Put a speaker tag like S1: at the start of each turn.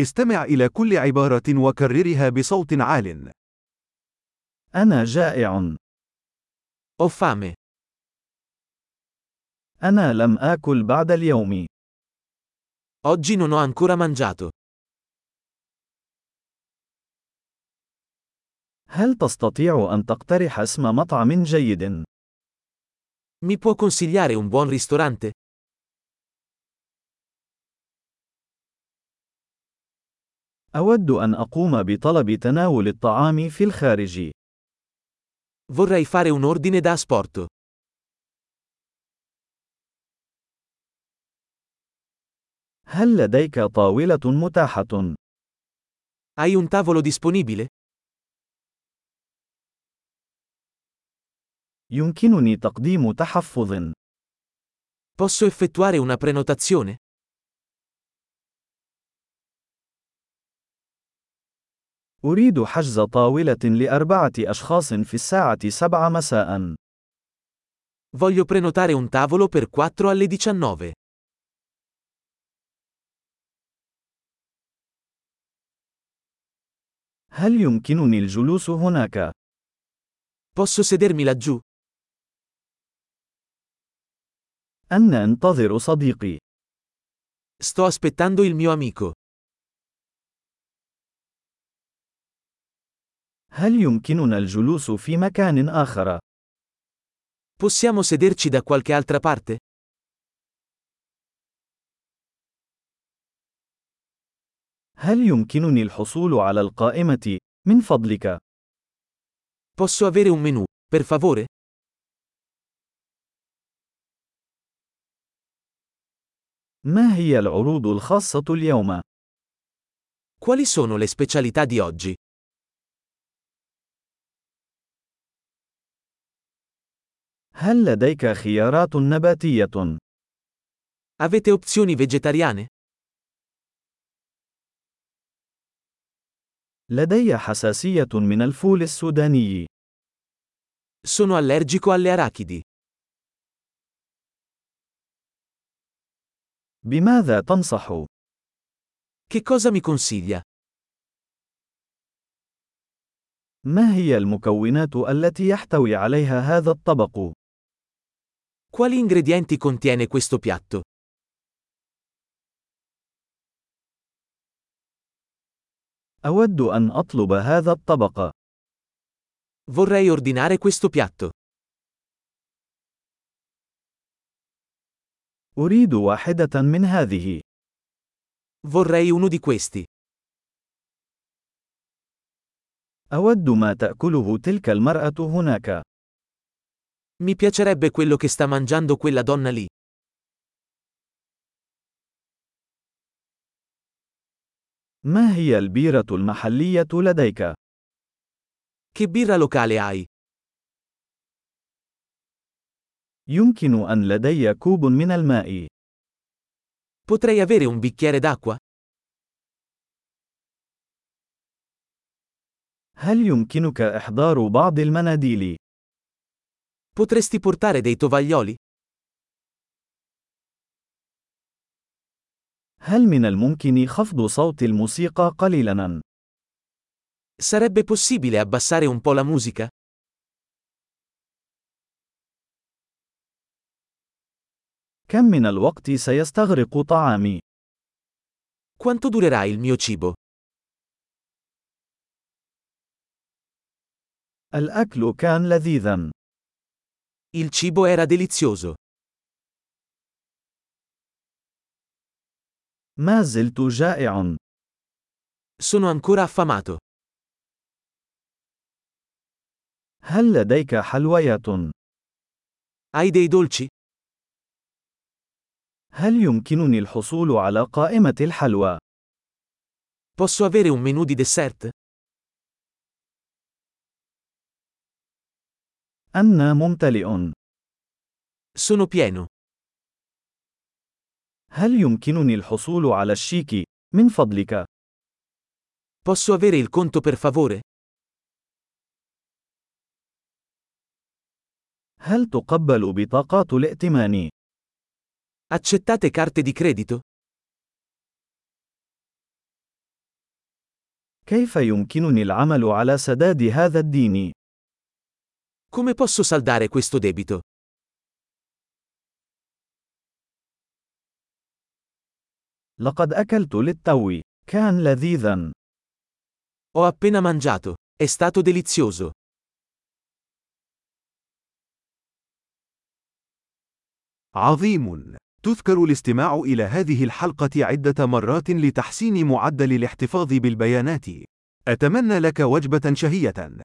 S1: استمع إلى كل عبارة وكررها بصوت عال.
S2: أنا جائع.
S1: Ho fame.
S2: أنا لم آكل بعد اليوم.
S1: Oggi non ho ancora mangiato.
S2: هل تستطيع أن تقترح اسم مطعم جيد؟
S1: Mi può consigliare un buon ristorante?
S2: أود أن أقوم بطلب تناول الطعام في الخارج.
S1: Vorrei fare un ordine da asporto.
S2: هل لديك طاولة متاحة؟
S1: Hai un tavolo disponibile?
S2: يمكنني تقديم تحفظ.
S1: Posso effettuare una prenotazione?
S2: أريد حجز طاولة لأربعة أشخاص في الساعة 7 مساء.
S1: Voglio prenotare un tavolo per 4 alle 19.
S2: هل يمكنني الجلوس هناك؟
S1: Posso sedermi laggiù?
S2: أنا أنتظر صديقي.
S1: Sto aspettando il mio amico.
S2: هل يمكننا الجلوس في مكان آخر؟
S1: Possiamo sederci da qualche altra parte?
S2: هل يمكنني الحصول على القائمة؟ من فضلك.
S1: Posso avere un menù, per favore?
S2: ما هي العروض الخاصة اليوم؟
S1: Quali sono le specialità di oggi?
S2: هل لديك خيارات نباتية؟
S1: Avete opzioni vegetariane?
S2: لدي حساسية من الفول السوداني.
S1: Sono allergico alle arachidi.
S2: بماذا تنصح؟
S1: Che cosa mi consiglia?
S2: ما هي المكونات التي يحتوي عليها هذا الطبق؟
S1: Quali ingredienti contiene questo piatto?
S2: أود أن أطلب هذا الطبق.
S1: Vorrei ordinare questo piatto.
S2: أريد واحدة من هذه.
S1: Vorrei uno di questi.
S2: أود ما تأكله تلك المرأة هناك.
S1: Mi piacerebbe quello che sta mangiando quella donna lì.
S2: ما هي البيرة المحلية لديك؟
S1: Che birra locale hai?
S2: يمكن أن لدي كوب من الماء.
S1: Potrei avere un bicchiere d'acqua?
S2: هل يمكنك إحضار بعض المناديل؟
S1: Potresti portare dei tovaglioli?
S2: هل من الممكن خفض صوت الموسيقى قليلاً؟
S1: Sarebbe possibile abbassare un po' la musica?
S2: كم من الوقت سيستغرق طعامي؟
S1: Quanto durerà il mio cibo?
S2: الأكل كان لذيذاً.
S1: Il cibo era delizioso.
S2: ما زلت جائع.
S1: Sono ancora affamato.
S2: هل لديك حلويات؟
S1: Hai dei dolci?
S2: هل يمكنني الحصول على قائمة الحلوى؟
S1: Posso avere un menù di dessert?
S2: أنا ممتلئ.
S1: Sono pieno.
S2: هل يمكنني الحصول على الشيك؟ من فضلك.
S1: Posso avere il conto per favore?
S2: هل تقبل بطاقات الائتمان؟
S1: Accettate carte di credito?
S2: كيف يمكنني العمل على سداد هذا الدين؟
S3: Come posso saldare questo debito?
S2: لقد أكلت للتو. كان لذيذا.
S3: Ho appena mangiato. È stato delizioso.
S1: عظيم تذكر الاستماع الى هذه الحلقه عده مرات لتحسين معدل الاحتفاظ بالبيانات اتمنى لك وجبه شهيه